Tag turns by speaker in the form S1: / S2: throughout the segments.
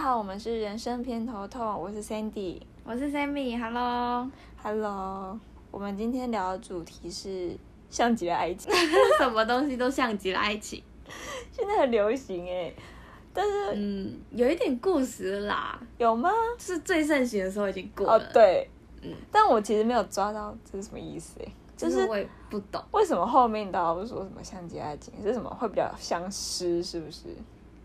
S1: 好，我们是人生偏头痛，我是 Sandy。
S2: 我是 Sammy，Hello，
S1: Hello，我们今天聊的主题是像极了爱情，
S2: 什么东西都像极了爱情，
S1: 现在很流行哎，但是
S2: 嗯，有一点过时了啦，
S1: 有吗？
S2: 是最盛行的时候已经过了，
S1: 哦，，对，
S2: 嗯
S1: 但我其实没有抓到这是什么意思哎，就
S2: 就是是我也不懂，
S1: 为什么后面大家不说什么像极了爱情，是什么会比较相似，是不是？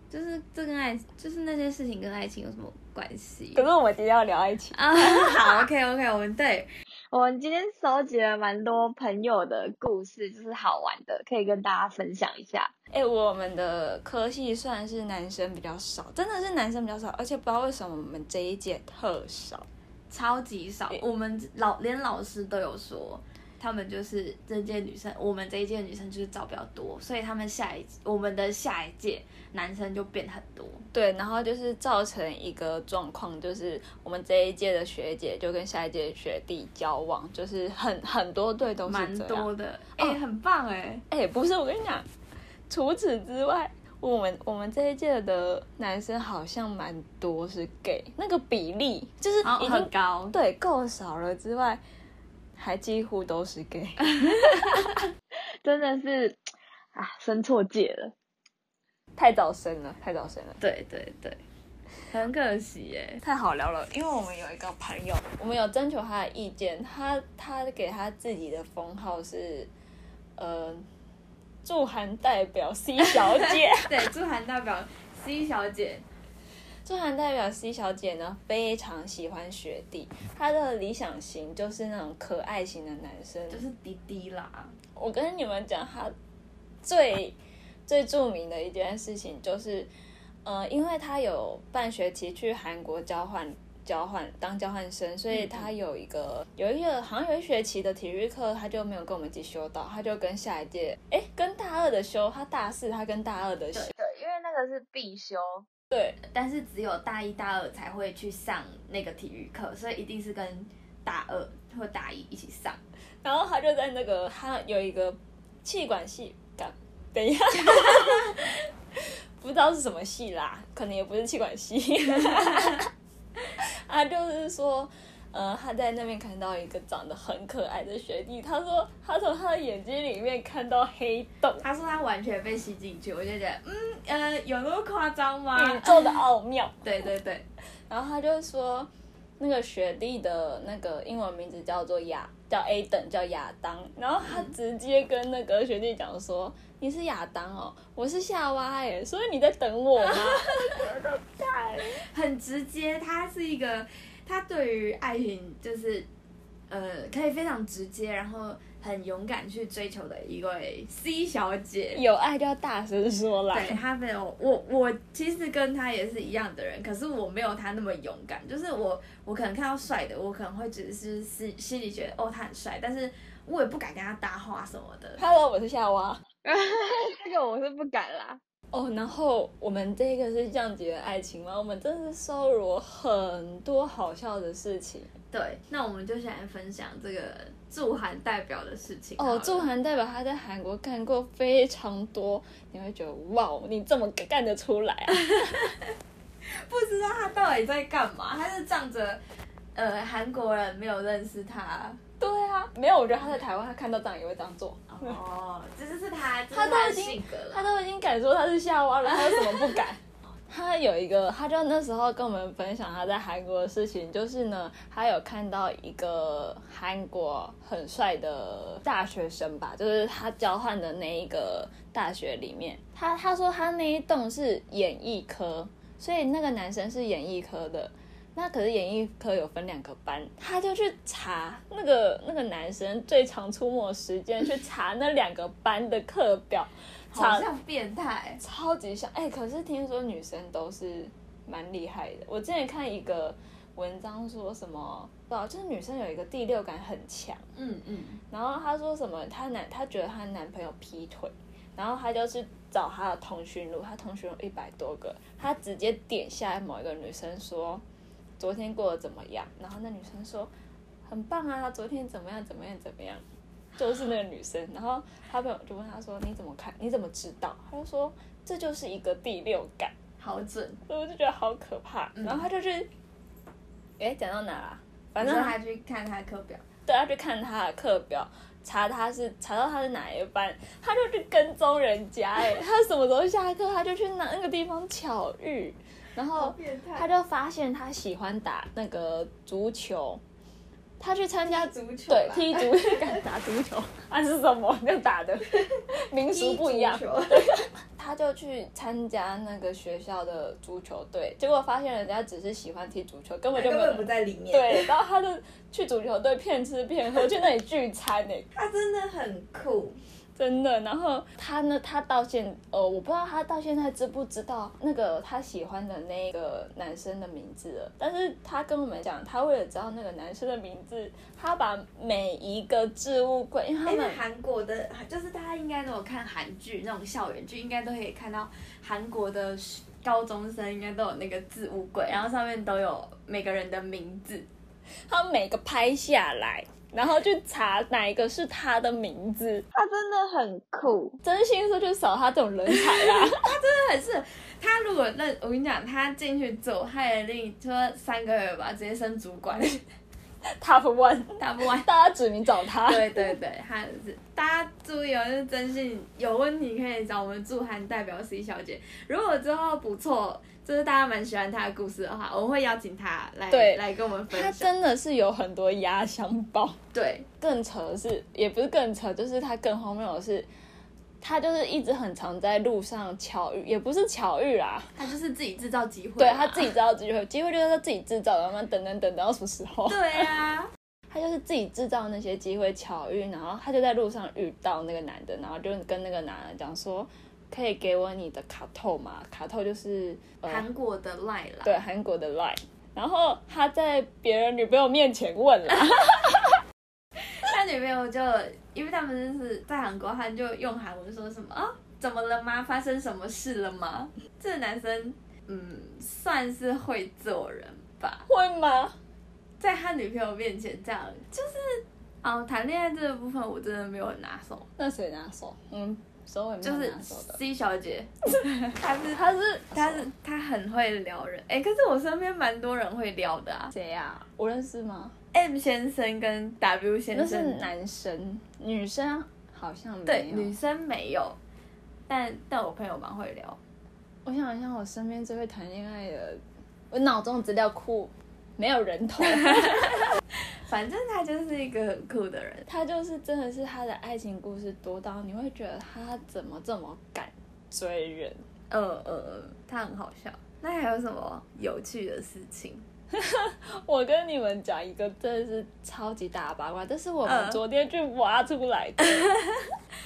S2: 就是这跟爱，就是那些事情跟爱情有什么关系
S1: 可？是我们今天要聊爱 情，
S2: 啊， 好，OK OK，我们对，我们今天收集了蛮多朋友的故事，就是好玩的，可以跟大家分享一下。
S1: 哎、我们的科系算是男生比较少，真的是男生比较少，而且不知道为什么我们这一届特少。
S2: 超级少，我们老连老师都有说，他们就是这届女生，我们这一届女生就是找比较多，所以他们下一我们的下一届男生就变很多，
S1: 对，然后就是造成一个状况，就是我们这一届的学姐就跟下一届的学弟交往，就是很很多对都
S2: 蛮
S1: 是这样。
S2: 多的，哎、
S3: 哦
S2: 很棒哎、
S1: 哎、不是，我跟你讲，除此之外，我们我们这一届的男生好像蛮多是 gay，那个比例就是
S2: 然后
S1: 已经、
S2: 哦很高，
S1: 对够少了之外，还几乎都是 gay。
S3: 真的是啊，生错界了。
S1: 太早生了，太早生了，
S2: 对对对，很可惜哎、
S1: 太好聊了。因为我们有一个朋友，我们有征求他的意见，他他给他自己的封号是，呃，驻韩代表 C 小姐。
S2: 对， 驻韩代表 C 小姐，
S1: 驻韩代表 C 小姐呢，非常喜欢学弟，她的理想型就是那种可爱型的男生。
S2: 就是滴滴啦，
S1: 我跟你们讲，他最最著名的一件事情就是，呃，因为他有半学期去韩国交换。交换当交换生，所以他有一个有一个好像有一学期的体育课，他就没有跟我们一起修到，他就跟下一届，哎，跟大二的修，他大四，他跟大二的修，
S3: 对，因为那个是必修。
S1: 对，
S2: 但是只有大一大二才会去上那个体育课，所以一定是跟大二或大一一起上。
S1: 然后他就在那个他有一个气管系，干等一下， 不知道是什么系啦，可能也不是气管系。 他就是说，呃，他在那边看到一个长得很可爱的学弟，他说他从他的眼睛里面看到黑洞，
S2: 他说他完全被吸进去，我就觉得，嗯，呃，有那么夸张吗？
S1: 宇宙的奥妙。
S2: 对对对，
S1: 然后他就说，那个学弟的那个英文名字叫做亚，叫 A 等，叫亚当。然后
S3: 嗯
S1: 他直接跟那个学弟讲说：“你是亚当哦，我是夏娃耶，所以你在等我吗
S2: 很直接，他是一个，他对于爱情就是，呃，可以非常直接，然后很勇敢去追求的一位 C 小？”姐。
S1: 有爱就要大声说啦。
S2: 对他没有我，我其实跟他也是一样的人，可是我没有他那么勇敢。就是我，我可能看到帅的，我可能会只是心心里觉得哦他很帅，但是我也不敢跟他搭话什么的。
S1: Hello，我是夏娃。
S3: 这个我是不敢啦。
S1: 哦，然后我们这个是降级的爱情吗？我们真的是收罗很多好笑的事情
S2: 对，那我们就先来分享这个驻韩代表的事情好
S1: 哦。
S2: 了。
S1: 驻韩代表他在韩国干过非常多，你会觉得哇，你这么干得出来啊？
S2: 不知道他到底在干嘛，他是仗着呃韩国人没有认识他，
S1: 对啊，没有，我觉得他在台湾，他看到这样也会这样做。
S2: 哦，这就是他，这
S1: 他
S2: 是他
S1: 都
S2: 的
S1: 已经
S2: 性格
S1: 他
S2: 了。
S1: 都已经敢说他是夏娃了，他有什么不 敢？他有一个，他就那时候跟我们分享他在韩国的事情，就是呢，他有看到一个韩国很帅的大学生吧，就是他交换的那一个大学里面，他他说他那一栋是演艺科，所以那个男生是演艺科的，那可是演艺科有分两个班，他就去查那个那个男生最常出没的时间，去查那两个班的课表，
S2: 好像变态，
S1: 超级像。哎、可是听说女生都是蛮厉害的。我之前看一个文章说什么，不知道，就是女生有一个第六感很强。
S2: 嗯嗯，
S1: 然后她说什么，她男她觉得她男朋友劈腿，然后她就去找她的通讯录，她通讯录一百多个，她直接点下来某一个女生说，昨天过得怎么样？然后那女生说，很棒啊，昨天怎么样怎么样怎么样，就是那个女生。然后她朋友就问她说，你怎么看？你怎么知道？她就说，这就是一个第六感。
S2: 好准。
S1: 所以我就觉得好可怕。
S2: 嗯
S1: 然后他就去，哎、讲到哪啦、反
S2: 反正哦
S1: 正
S2: 他
S1: 他
S2: 去看他的课表，
S1: 对他去看他的课表，查他是查到他是哪一班，他就去跟踪人家、哎，他什么时候下课，他就去那那个地方巧遇，然后
S2: 变态
S1: 他就发现他喜欢打那个足球，他去参加
S2: 足球
S1: 对
S2: 吧
S1: 踢足球， 敢打足球，啊是什么？那打的民
S2: 踢
S1: 俗不一样
S2: 足。球
S1: 他就去参加那个学校的足球队，结果发现人家只是喜欢踢足球， 根本就
S2: 哎根
S1: 没有
S2: 本不在里面。，
S1: 对。然后他就去足球队骗吃骗喝，去那里聚餐呢、
S2: 他真的很酷。
S1: 真的。然后他呢，他到现呃，我不知道他到现在知不知道那个他喜欢的那个男生的名字了。但是他跟我们讲，他为了知道那个男生的名字，他把每一个置物柜，因为他
S2: 因
S1: 们
S3: 哎
S2: 为哎韩国的，就是大家应该都有看韩剧那种校园剧，应该都可以看到韩国的高中生应该都有那个置物柜，然后上面都有每个人的名字。
S1: 他每个拍下来，然后去查哪一个是他的名字。
S3: 他真的很酷，
S1: 真心说就少他这种人才啦。
S2: 但是他如果认，我跟你讲，他进去走，他也另说三个月吧，直接升主管，
S1: Top One，
S2: 打不完。
S1: 大家指名找他。
S2: 对对对，他是大家注意哦，就是真心有问题可以找我们驻韩代表 C 小姐。如果之后不错，就是大家蛮喜欢她的故事的话，我们会邀请她来
S1: 对
S2: 来跟我们分
S1: 他
S2: 享。
S1: 真的是有很多压箱宝。
S2: 对，
S1: 更扯的是，也不是更扯，就是他更荒谬的是，他就是一直很常在路上巧遇，也不是巧遇啦，
S2: 她就是自己制造机会嘛，
S1: 对他自己制造机会，机会就是他自己制造的，然后等等等等到什么时 候？
S2: 对 啊，
S1: 他就是自己制造那些机会巧遇，然后他就在路上遇到那个男的，然后就跟那个男的讲说，可以给我你的卡透吗？卡透就是、呃、
S2: 韩国的赖啦，
S1: 对韩国的 Line，然后他在别人女朋友面前问了，
S2: 他女朋友就因为他们就是在韩国，他就用韩文说什么啊，怎么了吗？发生什么事了吗？这个男生嗯，算是会做人吧。
S1: 会吗？
S2: 在他女朋友面前这样，就是哦，谈恋爱这个部分我真的没有很拿手，
S1: 那谁拿手？嗯，手尾没
S2: 就
S1: 有
S2: 是
S1: 拿手的。
S2: C 小姐，她 是
S1: 他是
S2: 她是她很会撩人，哎、可是我身边蛮多人会撩的啊
S1: 谁呀、啊？我认识吗？
S2: ，M 先生跟 W
S1: 那
S2: 先
S1: 是
S2: 生，
S1: 男生，女生好像没有。
S2: 对，女生没有，但但我朋友蛮会撩，
S1: 我想一下，我身边最会谈恋爱的，我脑中资料库没有人 头。
S2: 反正她就是一个很酷的人，
S1: 他就是真的是他的爱情故事多到你会觉得他怎么这么敢追人？
S2: 呃呃呃，她很好笑。那还有什么有趣的事情？
S1: 我跟你们讲一个真的是超级大八卦，这是我们
S2: 嗯
S1: 昨天去挖出来 的，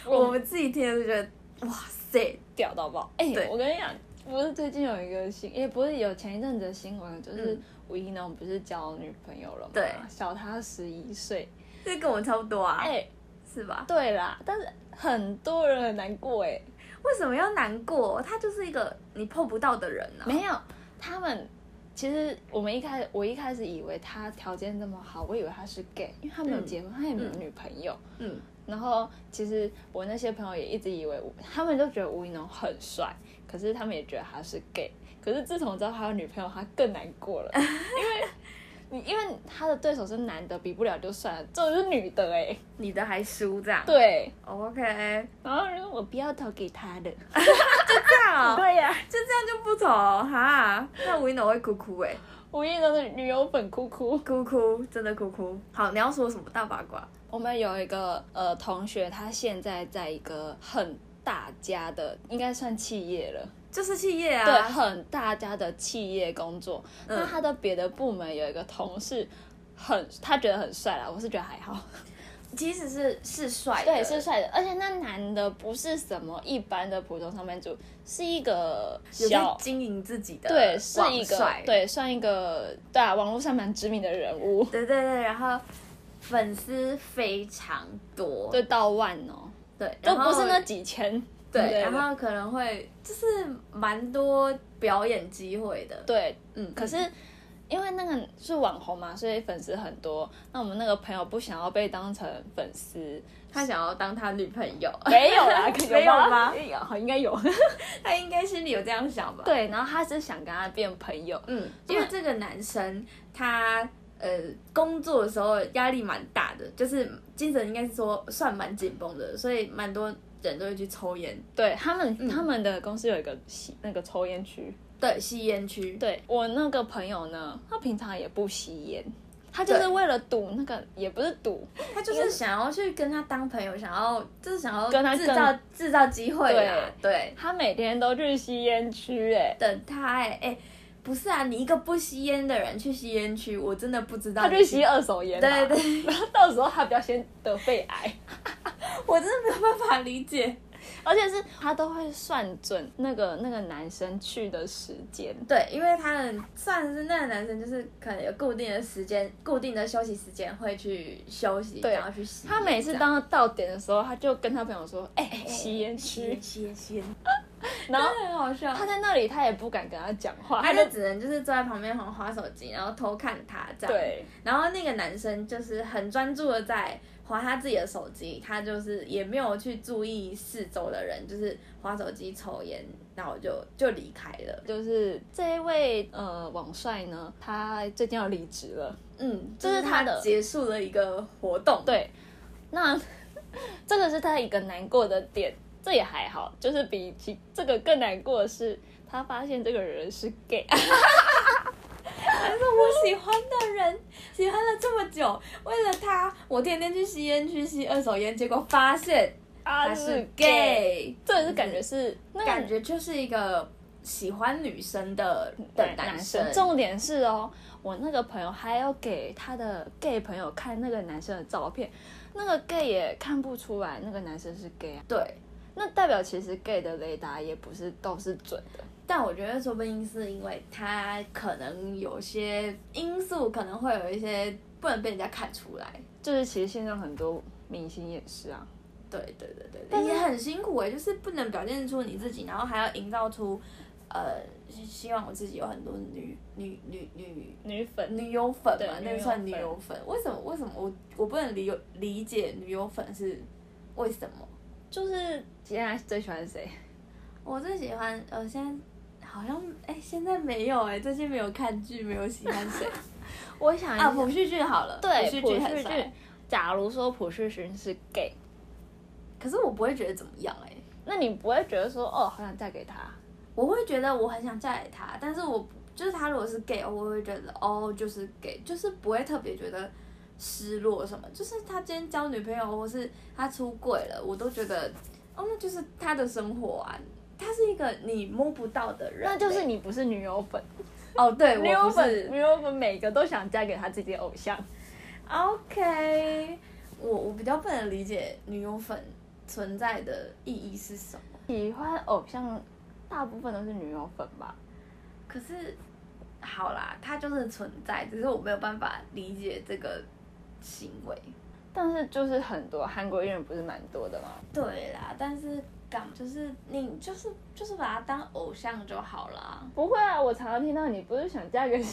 S2: 我们自己听了就觉得，哇塞，
S1: 屌到爆！哎、
S2: 对
S1: 我跟你讲，不是最近有一个新，也不是有前一阵子的新闻，就是
S2: 嗯
S1: 吴一农不是交女朋友了吗？
S2: 对
S1: 小他十一岁。
S2: 这跟我差不多啊，
S1: 哎、
S2: 是吧？
S1: 对啦，但是很多人很难过哎、
S2: 为什么要难过？他就是一个你碰不到的人啊。
S1: 没有，他们其实我们一开始，我一开始以为他条件这么好，我以为他是 gay，因为他没有
S2: 嗯
S1: 结婚，他也没有
S2: 嗯
S1: 女朋友。
S2: 嗯，
S1: 然后其实我那些朋友也一直以为吴，他们都觉得吴一农很帅，可是他们也觉得他是 gay。可是自从知道他有女朋友，他更难过了，因为你因为他的对手是男的，比不了就算了，这是女的哎、
S2: 你的还输这样。
S1: 对，
S2: ，OK，这
S1: 然后如果我不要投给他的，
S2: 样、哦、
S1: 对呀、
S2: 就这样就不走哦哈。那维诺会哭哭哎、
S1: 吴一农的女友粉哭哭。
S2: 哭哭，真的哭哭。好，你要说什么大八卦？
S1: 我们有一个呃同学，他现在在一个很大家的，应该算企业了，
S2: 就是企业
S1: 对，
S2: 啊，
S1: 很大家的企业工作。
S2: 嗯
S1: 那他的别的部门有一个同事。很，他觉得很帅啦，我是觉得还 好，
S2: 其实是是帅的，
S1: 对，是帅的，而且那男的不是什么一般的普通上班族，是一个
S2: 有在
S1: 小，
S2: 经营自己的，
S1: 对，是一个，
S2: 对
S1: 对，算一个，对啊，网络上蛮知名的人物，
S2: 对对对，然后粉丝非常多，
S1: 对，到万哦，
S2: 对，
S1: 都
S2: 然后
S1: 不是那几千，
S2: 对，
S1: 对
S2: 然后可能会就是蛮多表演机会的，
S1: 对，
S2: 嗯，
S1: 可是因为那个是网红嘛，所以粉丝很多。那我们那个朋友不想要被当成粉丝，
S2: 他想要当他女朋友，
S1: 没有啦，
S2: 没有吗
S1: 吗？有，应该 有。
S2: 他应该心里有这样想吧？，
S1: 对，然后他是想跟他变朋友，
S2: 嗯，因为这个男生他呃工作的时候压力蛮大的，就是精神应该是说算蛮紧绷的，所以蛮多人都会去抽烟，
S1: 对他们、他们的公司有一个吸那个抽烟区。
S2: 对，吸烟区，
S1: 对我那个朋友呢，他平常也不吸烟，他就是
S2: 对
S1: 为了赌那个，也不是赌，
S2: 他就是想要去跟他当朋友，想要就是想要
S1: 跟他
S2: 制
S1: 更
S2: 造制造机会啦，对，啊
S1: 他每天都去吸烟区、哎，
S2: 等他哎、哎、不是啊，你一个不吸烟的人去吸烟区，我真的不知道
S1: 他
S2: 你
S1: 去吸，二手烟，
S2: 对对，对，
S1: 然后到时候他比较先得肺癌。
S2: 我真的没有办法理解，
S1: 而且是他都会算准那个那个男生去的时间，
S2: 对，因为他们算是那个男生，就是可能有固定的时间、固定的休息时间会去休息，
S1: 对
S2: 然后去吸烟。
S1: 他每次
S2: 这样
S1: 当到点的时候，他就跟他朋友说：“哎、吸烟区
S2: 吸烟、。吸烟、 吸烟，”
S1: 然后
S2: 真的很好笑。
S1: 他在那里，他也不敢跟他讲话，
S2: 他
S1: 他
S2: 就
S1: 就
S2: 只能就是坐在旁边很划手机，然后偷看他这样。。
S1: 对
S2: 然后那个男生就是很专注的在划他自己的手机，他就是也没有去注意四周的人，就是划手机抽烟，然后就就离开了。
S1: 就是这一位呃网帅呢，他最近要离职了。
S2: 嗯，
S1: 这
S2: 就是是
S1: 他
S2: 他
S1: 的
S2: 结束了一个活动。，
S1: 对，那 这个是他一个难过的点，这也还好，就是比起这个更难过的是，他发现这个人是 gay。
S2: 但是我喜欢的人喜欢了这么久，为了他，我天天去吸烟区吸二手烟，结果发现
S1: 他
S2: 他是 gay，
S1: 啊这也是感觉是那个
S2: 感觉就是一个喜欢女生的的
S1: 对
S2: 男
S1: 生。重点是哦，我那个朋友还要给他的 gay 朋友看那个男生的照片，那个 gay 也看不出来那个男生是 gay 啊。
S2: 对，
S1: 那代表其实 gay 的雷达也不是都是准的。
S2: 但我觉得说不定是因为他可能有些因素，可能会有一些不能被人家看出来。
S1: 就是其实现在很多明星也是啊，
S2: 对对对对，
S1: 但
S2: 但
S1: 是
S2: 也很辛苦哎、就是不能表现出你自己，然后还要营造出，呃，希望我自己有很多女女女女
S1: 女粉
S2: 女友粉
S1: 对
S2: 嘛，
S1: 女
S2: 那
S1: 友
S2: 个算女
S1: 粉
S2: 友粉。为什么为什么我我不能理理解女友粉是为什么？
S1: 就是现在最喜欢谁？
S2: 我最喜欢呃现在好像哎、现在没有哎、最近没有看剧，没有喜欢谁。
S1: 我想一下
S2: 啊，朴叙俊好了，朴
S1: 对
S2: 叙
S1: 朴
S2: 俊很
S1: 叙
S2: 帅
S1: 俊，，假如说朴叙俊是 gay，
S2: 可是我不会觉得怎么样哎、
S1: 那你不会觉得说哦，好想嫁给他？
S2: 我会觉得我很想嫁给他，但是我就是他如果是 gay，我会觉得哦就是 gay，就是不会特别觉得失落什么，就是他今天交女朋友或是他出轨了，我都觉得哦那就是他的生活啊。他是一个你摸不到的人欸、
S1: 那就是你不是女友粉。
S2: 哦，对，
S1: 女友
S2: 我不
S1: 粉，
S2: 是
S1: 女友粉每个都想嫁给他自己的偶像。
S2: OK，我我比较不能理解女友粉存在的意义是什么。
S1: 喜欢偶像大部分都是女友粉吧？
S2: 可是，好啦，它就是存在，只是我没有办法理解这个行为。
S1: 但是就是很多韩国艺人不是蛮多的吗？
S2: 对啦，但是港就是你就是就是把它当偶像就好啦。
S1: 不会啊，我常常听到你不是想嫁给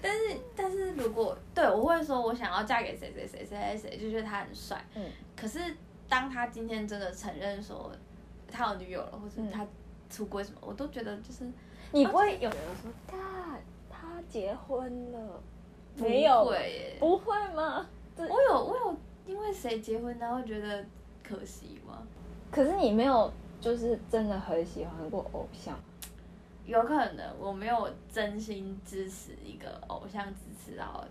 S2: 但是但是如果对我会说我想要嫁给谁谁谁谁谁谁，就觉得他很帅。
S1: 嗯，
S2: 可是当他今天真的承认说他有女友了，或者
S1: 嗯
S2: 他出轨什么，我都觉得就是
S1: 你不会有人说，干他结婚了？
S2: 不
S1: 没有
S2: 会耶
S1: 不会吗？
S2: 我有我有因为谁结婚然后觉得可惜吗？
S1: 可是你没有，就是真的很喜欢过偶像。
S2: 有可能我没有真心支持一个偶像，支持到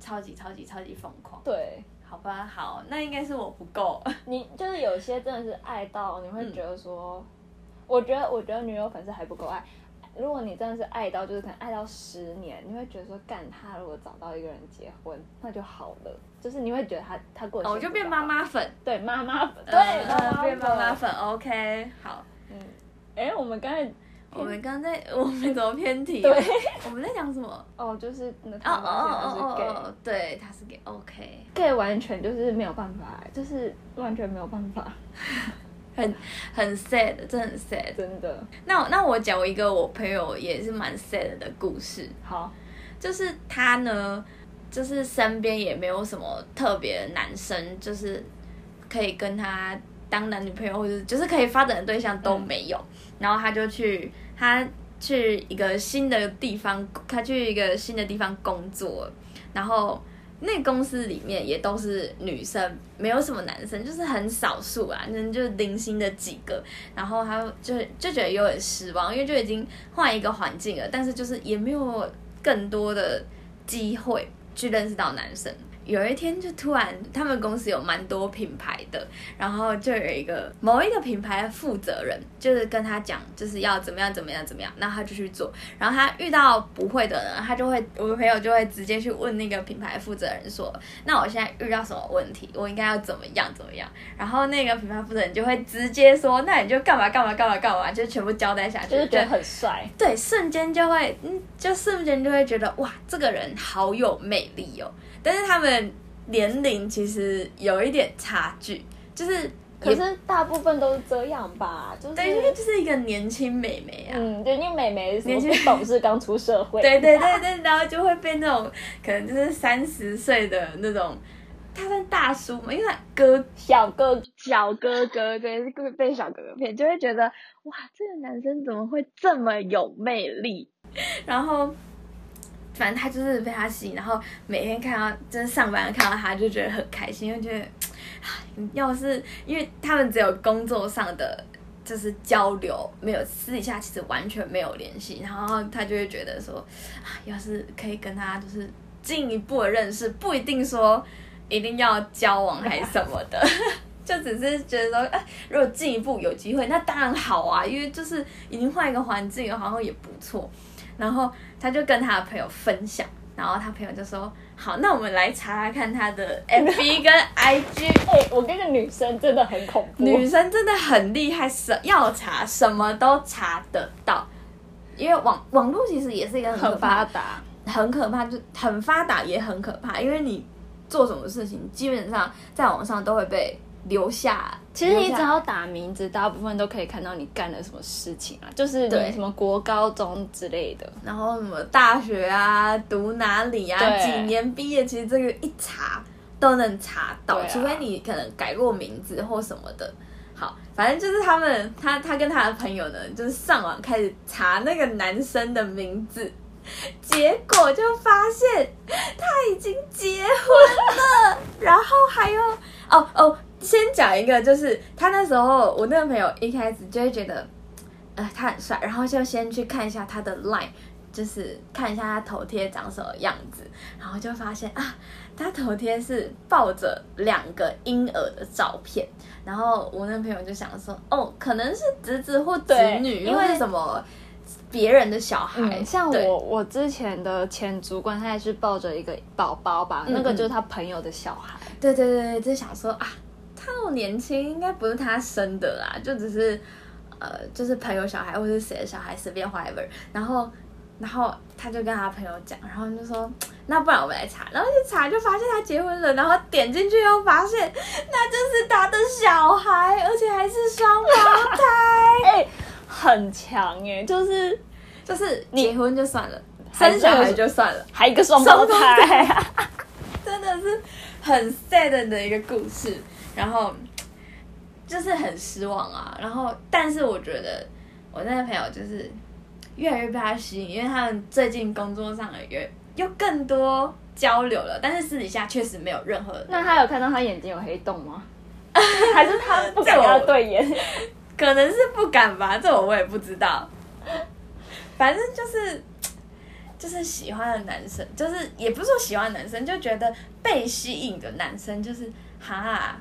S2: 超级超级超级疯狂。
S1: 对
S2: 好吧，好，那应该是我不够。
S1: 你就是有些真的是爱到你
S2: 嗯
S1: 会觉得说，我觉得我觉得女友粉丝还不够爱。如果你真的是爱到，就是可能爱到十年，你会觉得说，干他如果找到一个人结婚，那就好了。就是你会觉得他他过得
S2: 哦，我
S1: 幸
S2: 就
S1: 福
S2: 变
S1: 好
S2: 妈，妈粉，
S1: 对妈妈粉，对、
S2: 嗯
S1: 妈妈
S2: 嗯变妈妈
S1: 粉。
S2: 粉。OK，好，
S1: 嗯，哎，我们刚才
S2: 我们刚才我们怎么偏题？
S1: 对，
S2: 我们在讲什么？
S1: 哦，就是那
S2: 哦
S1: 他
S2: 哦
S1: 发
S2: 哦
S1: 现他是
S2: 哦
S1: gay，gay、
S2: 哦，对，他是给 OK，
S1: 完全就是没有办法，就是完全没有办法，
S2: 很很 sad，真的很 sad。
S1: 真的。
S2: 那我那我讲一个我朋友也是蛮 sad 的故事。
S1: 好，
S2: 就是他呢，就是身边也没有什么特别的男生，就是可以跟他当男女朋友，或者是就是可以发展的对象都没有。然后他就去他去一个新的地方，他去一个新的地方工作，然后那公司里面也都是女生，没有什么男生，就是很少数啊，那就是零星的几个。然后他就就觉得有点失望，因为就已经换一个环境了，但是就是也没有更多的机会去认识到男生。有一天就突然，他们公司有蛮多品牌的，然后就有一个某一个品牌的负责人，就是跟他讲，就是要怎么样怎么样怎么样，那他就去做。然后他遇到不会的人，他就会我的朋友就会直接去问那个品牌负责人说，那我现在遇到什么问题，我应该要怎么样怎么样。然后那个品牌负责人就会直接说，那你就干嘛干嘛干嘛干嘛，就全部交代下去，
S1: 就是觉得很帅，
S2: 对，瞬间就会，嗯，就瞬间就会觉得哇，这个人好有魅力哦。但是他们年龄其实有一点差距，就是
S1: 可是大部分都是这样吧，就是
S2: 对，因为就是一个年轻美眉啊。
S1: 嗯，就因为美眉什么
S2: 年轻
S1: 不懂事，刚出社会，
S2: 对对对对，然后就会被那种可能就是三十岁的那种，他算大叔嘛，因为他哥
S1: 小哥
S3: 小哥哥，对，被被小哥哥骗，就会觉得哇，这个男生怎么会这么有魅力？
S2: 然后反正他就是被他吸引，然后每天看到就是上班看到他就觉得很开心，就觉得唉要是因为他们只有工作上的。就是交流，没有私底下其实完全没有联系，然后他就会觉得说，啊，要是可以跟他就是进一步的认识，不一定说一定要交往还是什么的， 就只是觉得说，哎、如果进一步有机会，那当然好啊，因为就是已经换一个环境了，好像也不错。然后他就跟他的朋友分享，然后他朋友就说：“好，那我们来查查看他 的 FB 跟 IG。
S1: 哎、我跟你讲女生真的很恐”怖，
S2: 女生真的很厉害，什要查什么都查得到，因为网网络其实也是一个很可
S1: 很
S2: 怕
S1: 发
S2: 的
S1: 达，
S2: 很可怕，就很发达也很可怕，因为你做什么事情，基本上在网上都会被留下。
S1: 其实你
S2: 留下
S1: 只要打名字，大部分都可以看到你干了什么事情啊，就是
S2: 对
S1: 你什么国高中之类的。
S2: 然后什么大学啊，读哪里啊，
S1: 对
S2: 几年毕业，其实这个一查都能查到，
S1: 对啊
S2: 除非你可能改过名字或什么的。好，反正就是他们，他他跟他的朋友呢，就是上网开始查那个男生的名字， 结果就发现他已经结婚了，然后还有哦哦，先讲一个，就是他那时候我那个朋友一开始就会觉得，呃，他很帅，然后就先去看一下他的 line，就是看一下他头贴长什么样子，然后就发现啊，他头贴是抱着两个婴儿的照片。然后我那个朋友就想说，哦，可能是侄子或侄
S1: 对
S2: 女，
S1: 因为
S2: 或是什么别人的小孩，
S1: 嗯，像
S2: 对
S1: 我我之前的前主管，他也是抱着一个宝宝吧，
S2: 嗯
S1: 那个
S2: 嗯
S1: 就是他朋友的小孩。
S2: 对对对，对就想说啊，他那么年轻，应该不是他生的啦，就只是呃，就是朋友小孩或是谁的小孩，随便 whatever。然后，然后他就跟他朋友讲，然后就说，那不然我们来查，然后就查就发现他结婚了，然后点进去又发现那就是他的小孩，而且还是双胞胎，
S1: 哎、很强哎、就是
S2: 就是结婚就算了，
S1: 还
S2: 生
S1: 是
S2: 小孩就算了。
S1: 还一个双胞胎，
S2: 真的是很 sad 的一个故事，然后就是很失望啊。然后，但是我觉得我那个朋友就是越来越被他吸引，因为他们最近工作上的越又更多交流了，但是私底下确实没有任何的。
S1: 那他有看到他眼睛有黑洞吗？还是他不 敢跟他对眼？
S2: 可能是不敢吧，这我我也不知道。 反正就是。就是喜欢的男生，就是也不是说喜欢的男生，就觉得被吸引的男生，就是哈，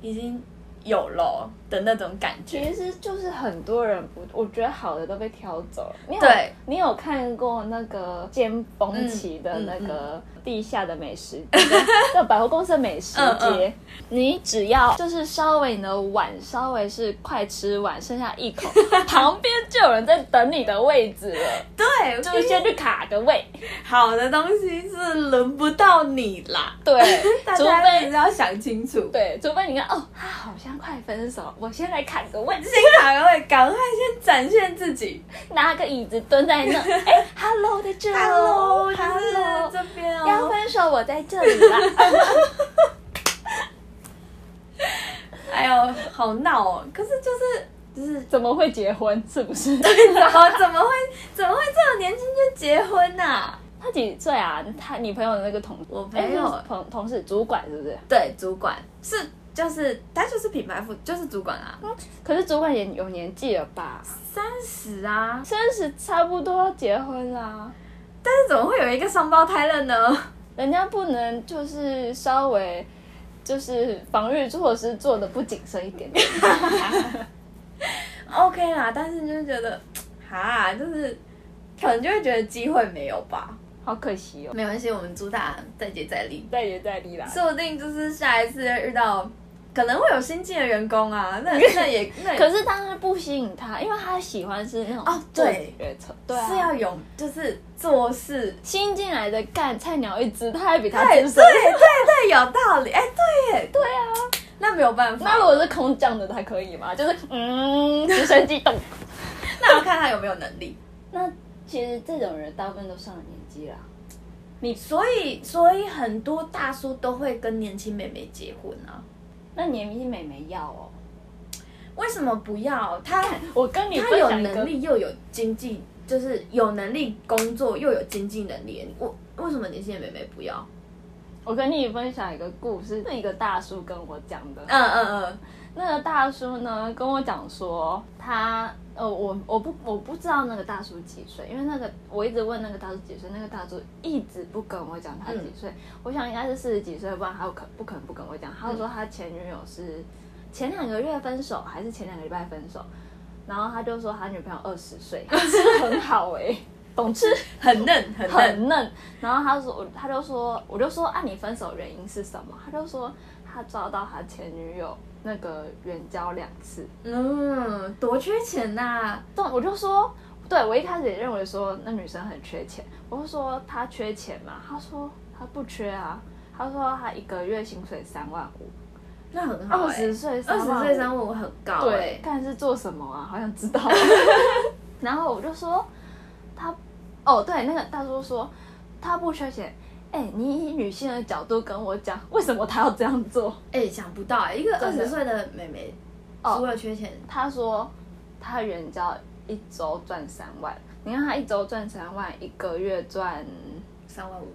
S2: 已经有咯的那种感
S1: 其
S2: 觉。
S1: 实就是很多人不，我觉得好的都被挑走了。你有啊
S2: 对
S1: 你有看过那个尖峰期的
S2: 嗯嗯
S1: 那个地下的美食街， 就百货公司的美食
S2: 嗯
S1: 街？你只要就是稍微你的碗稍微是快吃完，剩下一口，旁边就有人在等你的位置了，
S2: 对，
S1: 就先去卡个位。
S2: 好的东西是轮不到你啦，
S1: 对，
S2: 大
S1: 除
S2: 家
S1: 非
S2: 还是要想清楚。
S1: 对，除非你看哦，他好像快分手，我先来砍个问题，
S2: 新郎会赶快先展现自己。
S1: 拿个椅子蹲在那，哎，hello 在这
S2: Hello，
S1: 哦
S2: 就是
S1: ，hello，
S2: 这边
S1: 要
S2: 哦。
S1: 分手我在这里啦。
S2: 哎呦，好闹哦！可是就是就是，
S1: 怎么会结婚？是不是？
S2: 怎么怎么会怎么会这么年轻就结婚呐、
S1: 他几岁啊？他你朋友的那个同
S2: 我
S1: 哎
S2: 朋友
S1: 就是同同事主管是不是？
S2: 对，主管是就是他就是品牌副，就是主管啊，
S1: 可是主管也有年纪了吧？
S2: 三十啊，
S1: 三十差不多要结婚啦，
S2: 但是怎么会有一个双胞胎了呢？
S1: 人家不能就是稍微就是防御措施做的不谨慎一点点。
S2: OK 啦，但是就是觉得，哈，就是可能就会觉得机会没有吧。
S1: 好可惜哦。啊
S2: 没关系，我们主打再接再厉，
S1: 再也再离啦。
S2: 说不定就是下一次遇到，可能会有新进的员工啊，那那也那也
S1: 可是当然不吸引他，因为他喜欢是那种
S2: 哦对
S1: 做决策，对啊，
S2: 是要有就是做事，
S1: 新进来的干菜鸟一只，他还比他
S2: 对
S1: 资
S2: 对
S1: 深。
S2: 对对，有道理，哎、对耶，对啊，那没有办法，
S1: 那如果是空降的，他可以吗？就是嗯，直升机动。
S2: 那要看他有没有能力。
S1: 那其实这种人大部分都上了年纪啦。
S2: 所以，所以很多大叔都会跟年轻妹妹结婚啊？
S1: 那年纪美眉要哦，
S2: 为什么不要？他
S1: 我跟你
S2: 他
S1: 分
S2: 有
S1: 享一
S2: 能
S1: 个，
S2: 力又有经济，就是有能力工作又有经济能力。我为什么年轻的妹妹不要？
S1: 我跟你分享一个故事，那一个大叔跟我讲的。
S2: 嗯嗯嗯，
S1: 那个大叔呢跟我讲说，他呃，我我不我不知道那个大叔几岁，因为那个我一直问那个大叔几岁，那个大叔一直不跟我讲他几
S2: 嗯
S1: 岁。我想应该是四十几岁，不然他有可不可能不跟我讲？他就说他前女友
S2: 嗯
S1: 是前两个月分手，还是前两个礼拜分手？然后他就说他女朋友二十 岁，是很好哎、懂吃
S2: 很嫩很嫩，
S1: 很嫩。然后他说，我他就说，我就说，啊，你分手原因是什么？他就说他抓到他前女友那个援交两次。
S2: 嗯，多缺钱呐、
S1: 但我就说，对我一开始也认为说那女生很缺钱，我就说她缺钱嘛，他说她不缺啊，他说他一个月薪水三万五，
S2: 那很好
S1: 二
S2: 哎、
S1: 十岁
S2: 二
S1: 三
S2: 十
S1: 万
S2: 岁
S1: 五
S2: 三五很高哎、
S1: 对，看是做什么啊？好想知 道。然后我就说他，哦，对，那个大叔说他不缺钱。哎、你以女性的角度跟我讲，为什么他要这样做？
S2: 哎、想不到哎、一个二
S1: 真的
S2: 十岁的妹妹，
S1: 哦
S2: 除了缺钱，
S1: 他说他原交一周赚三万，你看他一周赚三万，一个月赚
S2: 三万五。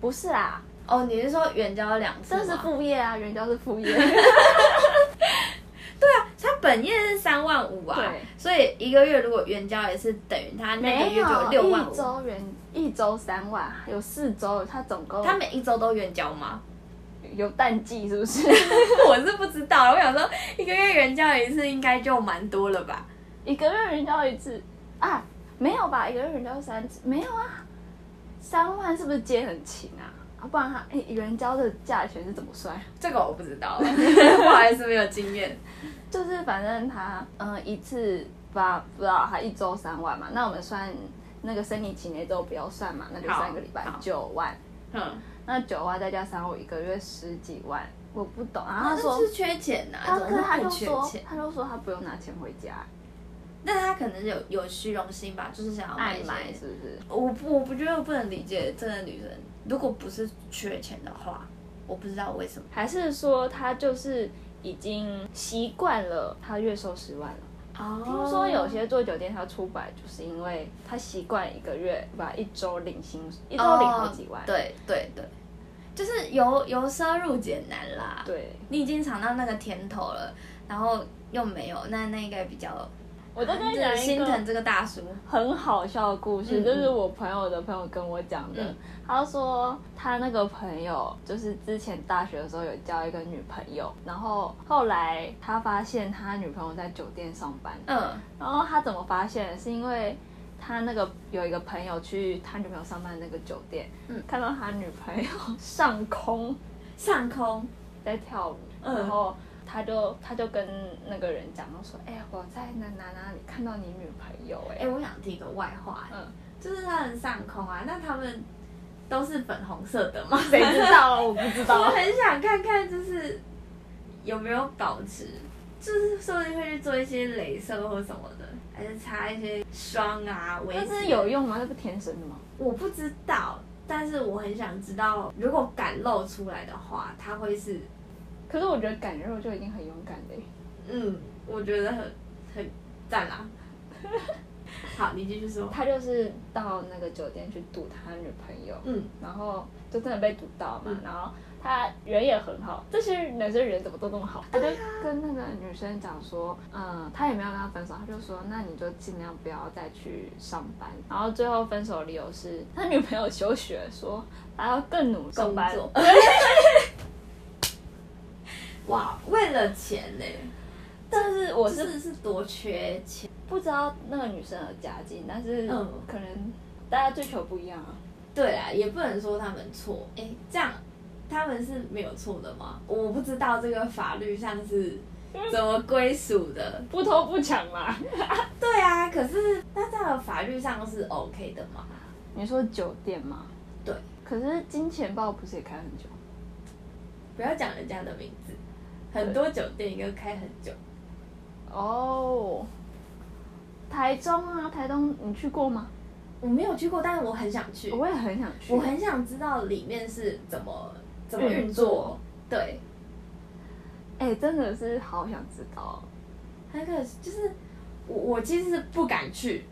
S1: 不是啦，
S2: 哦，你是说援交两次
S1: 这
S2: 吗？
S1: 是副业啊，原交是副 业。
S2: 他本业是三万五啊
S1: 对，
S2: 所以一个月如果援交也是等于他那个
S1: 没
S2: 月就
S1: 有，
S2: 有六万
S1: 一
S2: 五。
S1: 周原一周三万，有四周，他总共
S2: 他每一周都援交吗？
S1: 有淡季是不是？
S2: 我是不知道，我想说一个月援交一次应该就蛮多了吧？
S1: 一个月人交一次啊？没有吧？一个月人交三次？没有啊？三万是不是接很勤啊？啊，不然他诶，人交的价钱是怎么算？
S2: 这个我不知道， 不好意思没有经验。
S1: 就是反正他嗯、呃一次吧，不知道他一周三万嘛，那我们算那个生理期那周不要算嘛，那就
S2: 好
S1: 三个礼拜
S2: 好
S1: 九万，
S2: 嗯，
S1: 那九万再加三万，我一个月十几万，我不懂。然后
S2: 他
S1: 他说
S2: 说，是缺钱啊呐、
S1: 他
S2: 总
S1: 可是他
S2: 不
S1: 就
S2: 缺
S1: 说
S2: 钱，，
S1: 他就说他不用拿钱回家，
S2: 但他可能有有虚荣心吧，就是想要哦买
S1: 爱
S2: 一些
S1: 买是不是？
S2: 我不我不觉得我不能理解这个女人，如果不是缺钱的话，我不知道为什么。
S1: 还是说他就是已经习惯了他月收十万了？
S2: 哦，
S1: 听说有些做酒店他出百，就是因为他习惯一个月吧，一周领薪，一周领好几万。
S2: 哦对对对，就是由由奢入俭难啦。，
S1: 对，
S2: 你已经尝到那个甜头了，然后又没有，那那应该比较
S1: 我再跟你
S2: 就是
S1: 讲一
S2: 心疼
S1: 个
S2: 这个大叔。
S1: 很好笑的故事，
S2: 嗯嗯
S1: 就是我朋友的朋友跟我讲的。
S2: 嗯
S1: 他说他那个朋友就是之前大学的时候有交一个女朋友，然后后来他发现他女朋友在酒店上班，
S2: 嗯，
S1: 然后他怎么发现？是因为他那个有一个朋友去他女朋友上班的那个酒店，
S2: 嗯
S1: 看到他女朋友上空
S2: 上空
S1: 在跳舞，
S2: 嗯
S1: 然后他就他就跟那个人讲，他说：“哎、我在哪哪哪里看到你女朋友、
S2: 哎、
S1: 哎、
S2: 我想提个外话、
S1: 嗯，
S2: 就是他们上空啊，那他们都是粉红色的吗？
S1: 谁知道啊？我不知
S2: 我
S1: 道。
S2: 很想看看，就是有没有保持就是说不定会去做一些镭射或什么的，还是擦一些霜啊、维。
S1: 但是有，用吗？那不天生的吗？
S2: 我不知道，但是我很想知道，如果敢露出来的话，它会是
S1: 可是我觉得赶肉就已经很勇敢了耶。
S2: 嗯，我觉得很很赞啦。 好，你继续说。
S1: 他就是到那个酒店去堵他女朋友，
S2: 嗯，
S1: 然后就真的被堵到嘛，
S2: 嗯
S1: 然后他人也很好，这些男生人怎么都那么好，他就跟那个女生讲说，嗯，他也没有跟他分手，他就说那你就尽量不要再去上班，然后最后分手的理由是他女朋友休学，说他要更努力上
S2: 工
S1: 班，
S2: 作。 哇，为了钱呢、
S1: 但是我
S2: 我
S1: 是
S2: 是是多缺钱，
S1: 不知道那个女生的家境，但是
S2: 嗯
S1: 可能大家追求不一样啊。
S2: 对啦，也不能说他们错。哎、这样他们是没有错的吗？我不知道这个法律上是
S1: 嗯
S2: 怎么归属的。
S1: 不偷不抢嘛？
S2: 对啊，可是那这样的法律上是 OK 的吗？
S1: 你说酒店吗？
S2: 对，
S1: 可是金钱豹不是也开很久？
S2: 不要讲人家的名字，很多酒店应该开很久。
S1: 哦，台中啊，台东你去过吗？
S2: 我没有去过，但是我很想去，
S1: 我也很想去。
S2: 我很想知道里面是怎么怎么运
S1: 运作
S2: 作。对，
S1: 哎、真的是好想知道。
S2: 还有一个就是我我其实是不敢去，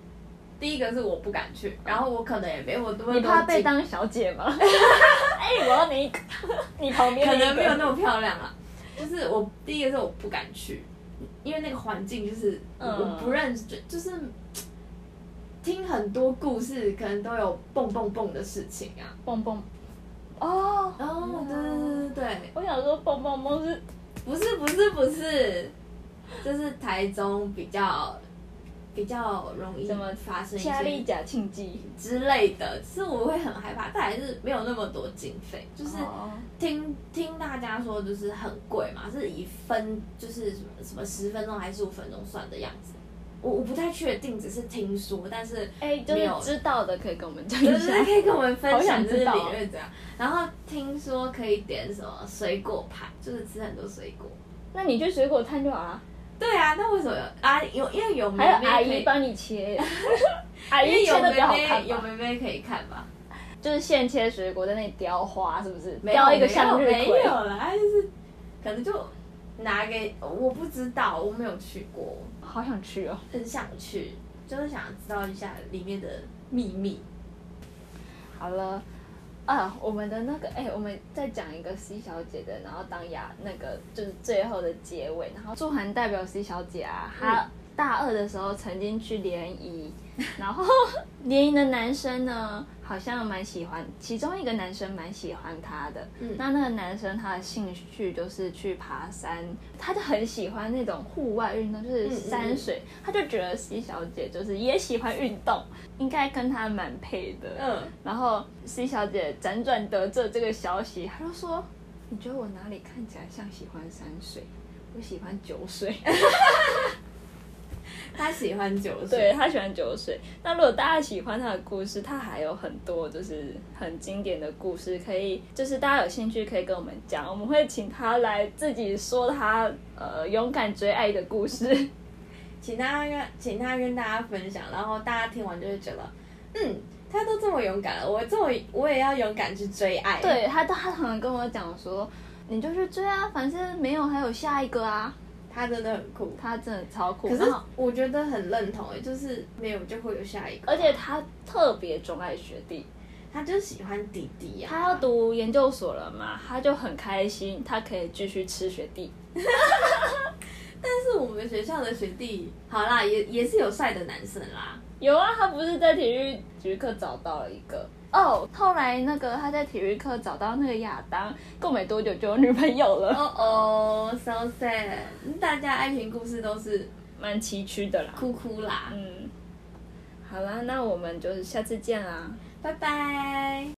S2: 第一个是我不敢去，然后我可能也没有那么多
S1: 哦你怕
S2: 经
S1: 被当小姐吗？ 哎、我要你一个，你旁边
S2: 可
S1: 那一个
S2: 能没有那么漂亮啊。就是我第一个是我不敢去，因为那个环境就是我
S1: 嗯
S2: 我不认识，就就是听很多故事，可能都有蹦蹦蹦的事情啊。
S1: 蹦蹦。哦
S2: 哦，对对对对
S1: 我想说蹦蹦蹦是
S2: 对，不嗯是不是不是，就是台中比较比较容易
S1: 怎么
S2: 发生一些
S1: 夏利假庆记，
S2: 之类的，是我会很害怕，但还是没有那么多经费，就是
S1: 哦
S2: 听听大家说就是很贵嘛，是以分就是什么什么十分钟还是十五分钟算的样子，我我不太确定，只是听说，但是
S1: 哎、就
S2: 没
S1: 是
S2: 有
S1: 知道的可以跟我们讲
S2: 就
S1: 一
S2: 是
S1: 下。
S2: 可以跟我们分
S1: 好
S2: 享
S1: 想
S2: 就是
S1: 知
S2: 领
S1: 道
S2: 略怎样，然后听说可以点什么水果盘，就是吃很多水果。
S1: 那你去水果摊就好了，
S2: 对啊，那为什么阿有因为有妹
S1: 还有
S2: 妹
S1: 阿
S2: 可
S1: 姨
S2: 以
S1: 帮你 切，阿
S2: 因为
S1: 姨
S2: 有
S1: 切的
S2: 妹
S1: 比较好看吧
S2: 妹有妹妹可以看吧？
S1: 就是现切水果在那里雕花，是不是？
S2: 没
S1: 雕
S2: 有
S1: 一个向日
S2: 没有
S1: 葵
S2: 没。有啦，就是可能就拿给我不知道，我没有去过，
S1: 好想去哦！
S2: 很想去，就是想知道一下里面的秘密。
S1: 好了，啊，我们的那个，哎、我们再讲一个 C 小姐的，然后当雅那个就是最后的结尾，然后祝涵代表 C 小姐啊，
S2: 嗯
S1: 她大二的时候曾经去联谊， 然后联谊的男生呢，好像蛮喜欢，其中一个男生蛮喜欢她的，
S2: 嗯
S1: 那那个男生他的兴趣就是去爬山，他就很喜欢那种户外运动，就是
S2: 嗯嗯
S1: 山水，他就觉得 C 小姐就是也喜欢运动，应该跟她蛮配的，
S2: 嗯，
S1: 然后 C 小姐辗转得知这个消息，她就说：“你觉得我哪里看起来像喜欢山水？我喜欢酒 水。
S2: 他喜欢酒水，
S1: 对，她喜欢酒水。那如果大家喜欢她的故事，她还有很多就是很经典的故事，可以就是大家有兴趣可以跟我们讲，我们会请她来自己说她呃勇敢追爱的故 事。
S2: 请他跟请他跟大家分享，然后大家听完就会觉得，嗯，他都这么勇敢了，我这么我也要勇敢去追爱。，
S1: 对她，她常常跟我讲说：“你就去追啊，反正没有还有下一个啊。
S2: 他真的很酷”。
S1: 她真的超酷，
S2: 可
S1: 然
S2: 是
S1: 后
S2: 我觉得很认同诶，就是没有就会有下一个，
S1: 而且她特别钟爱学弟。
S2: 他就喜欢弟弟啊呀、
S1: 他要读研究所了嘛，他就很开心，他可以继续吃学弟。
S2: 但是我们学校的学弟，好啦，也也是有帅的男生啦。
S1: 有啊，他不是在体育体育课找到了一个哦，后来那个他在体育课找到那个亚当，过没多久就有女朋友了，
S2: 哦哦，so sad，大家爱情故事都是
S1: 蛮崎岖的啦。嗯
S2: 哭哭啦，
S1: 嗯，好啦，那我们就是下次见啦。
S2: 拜拜。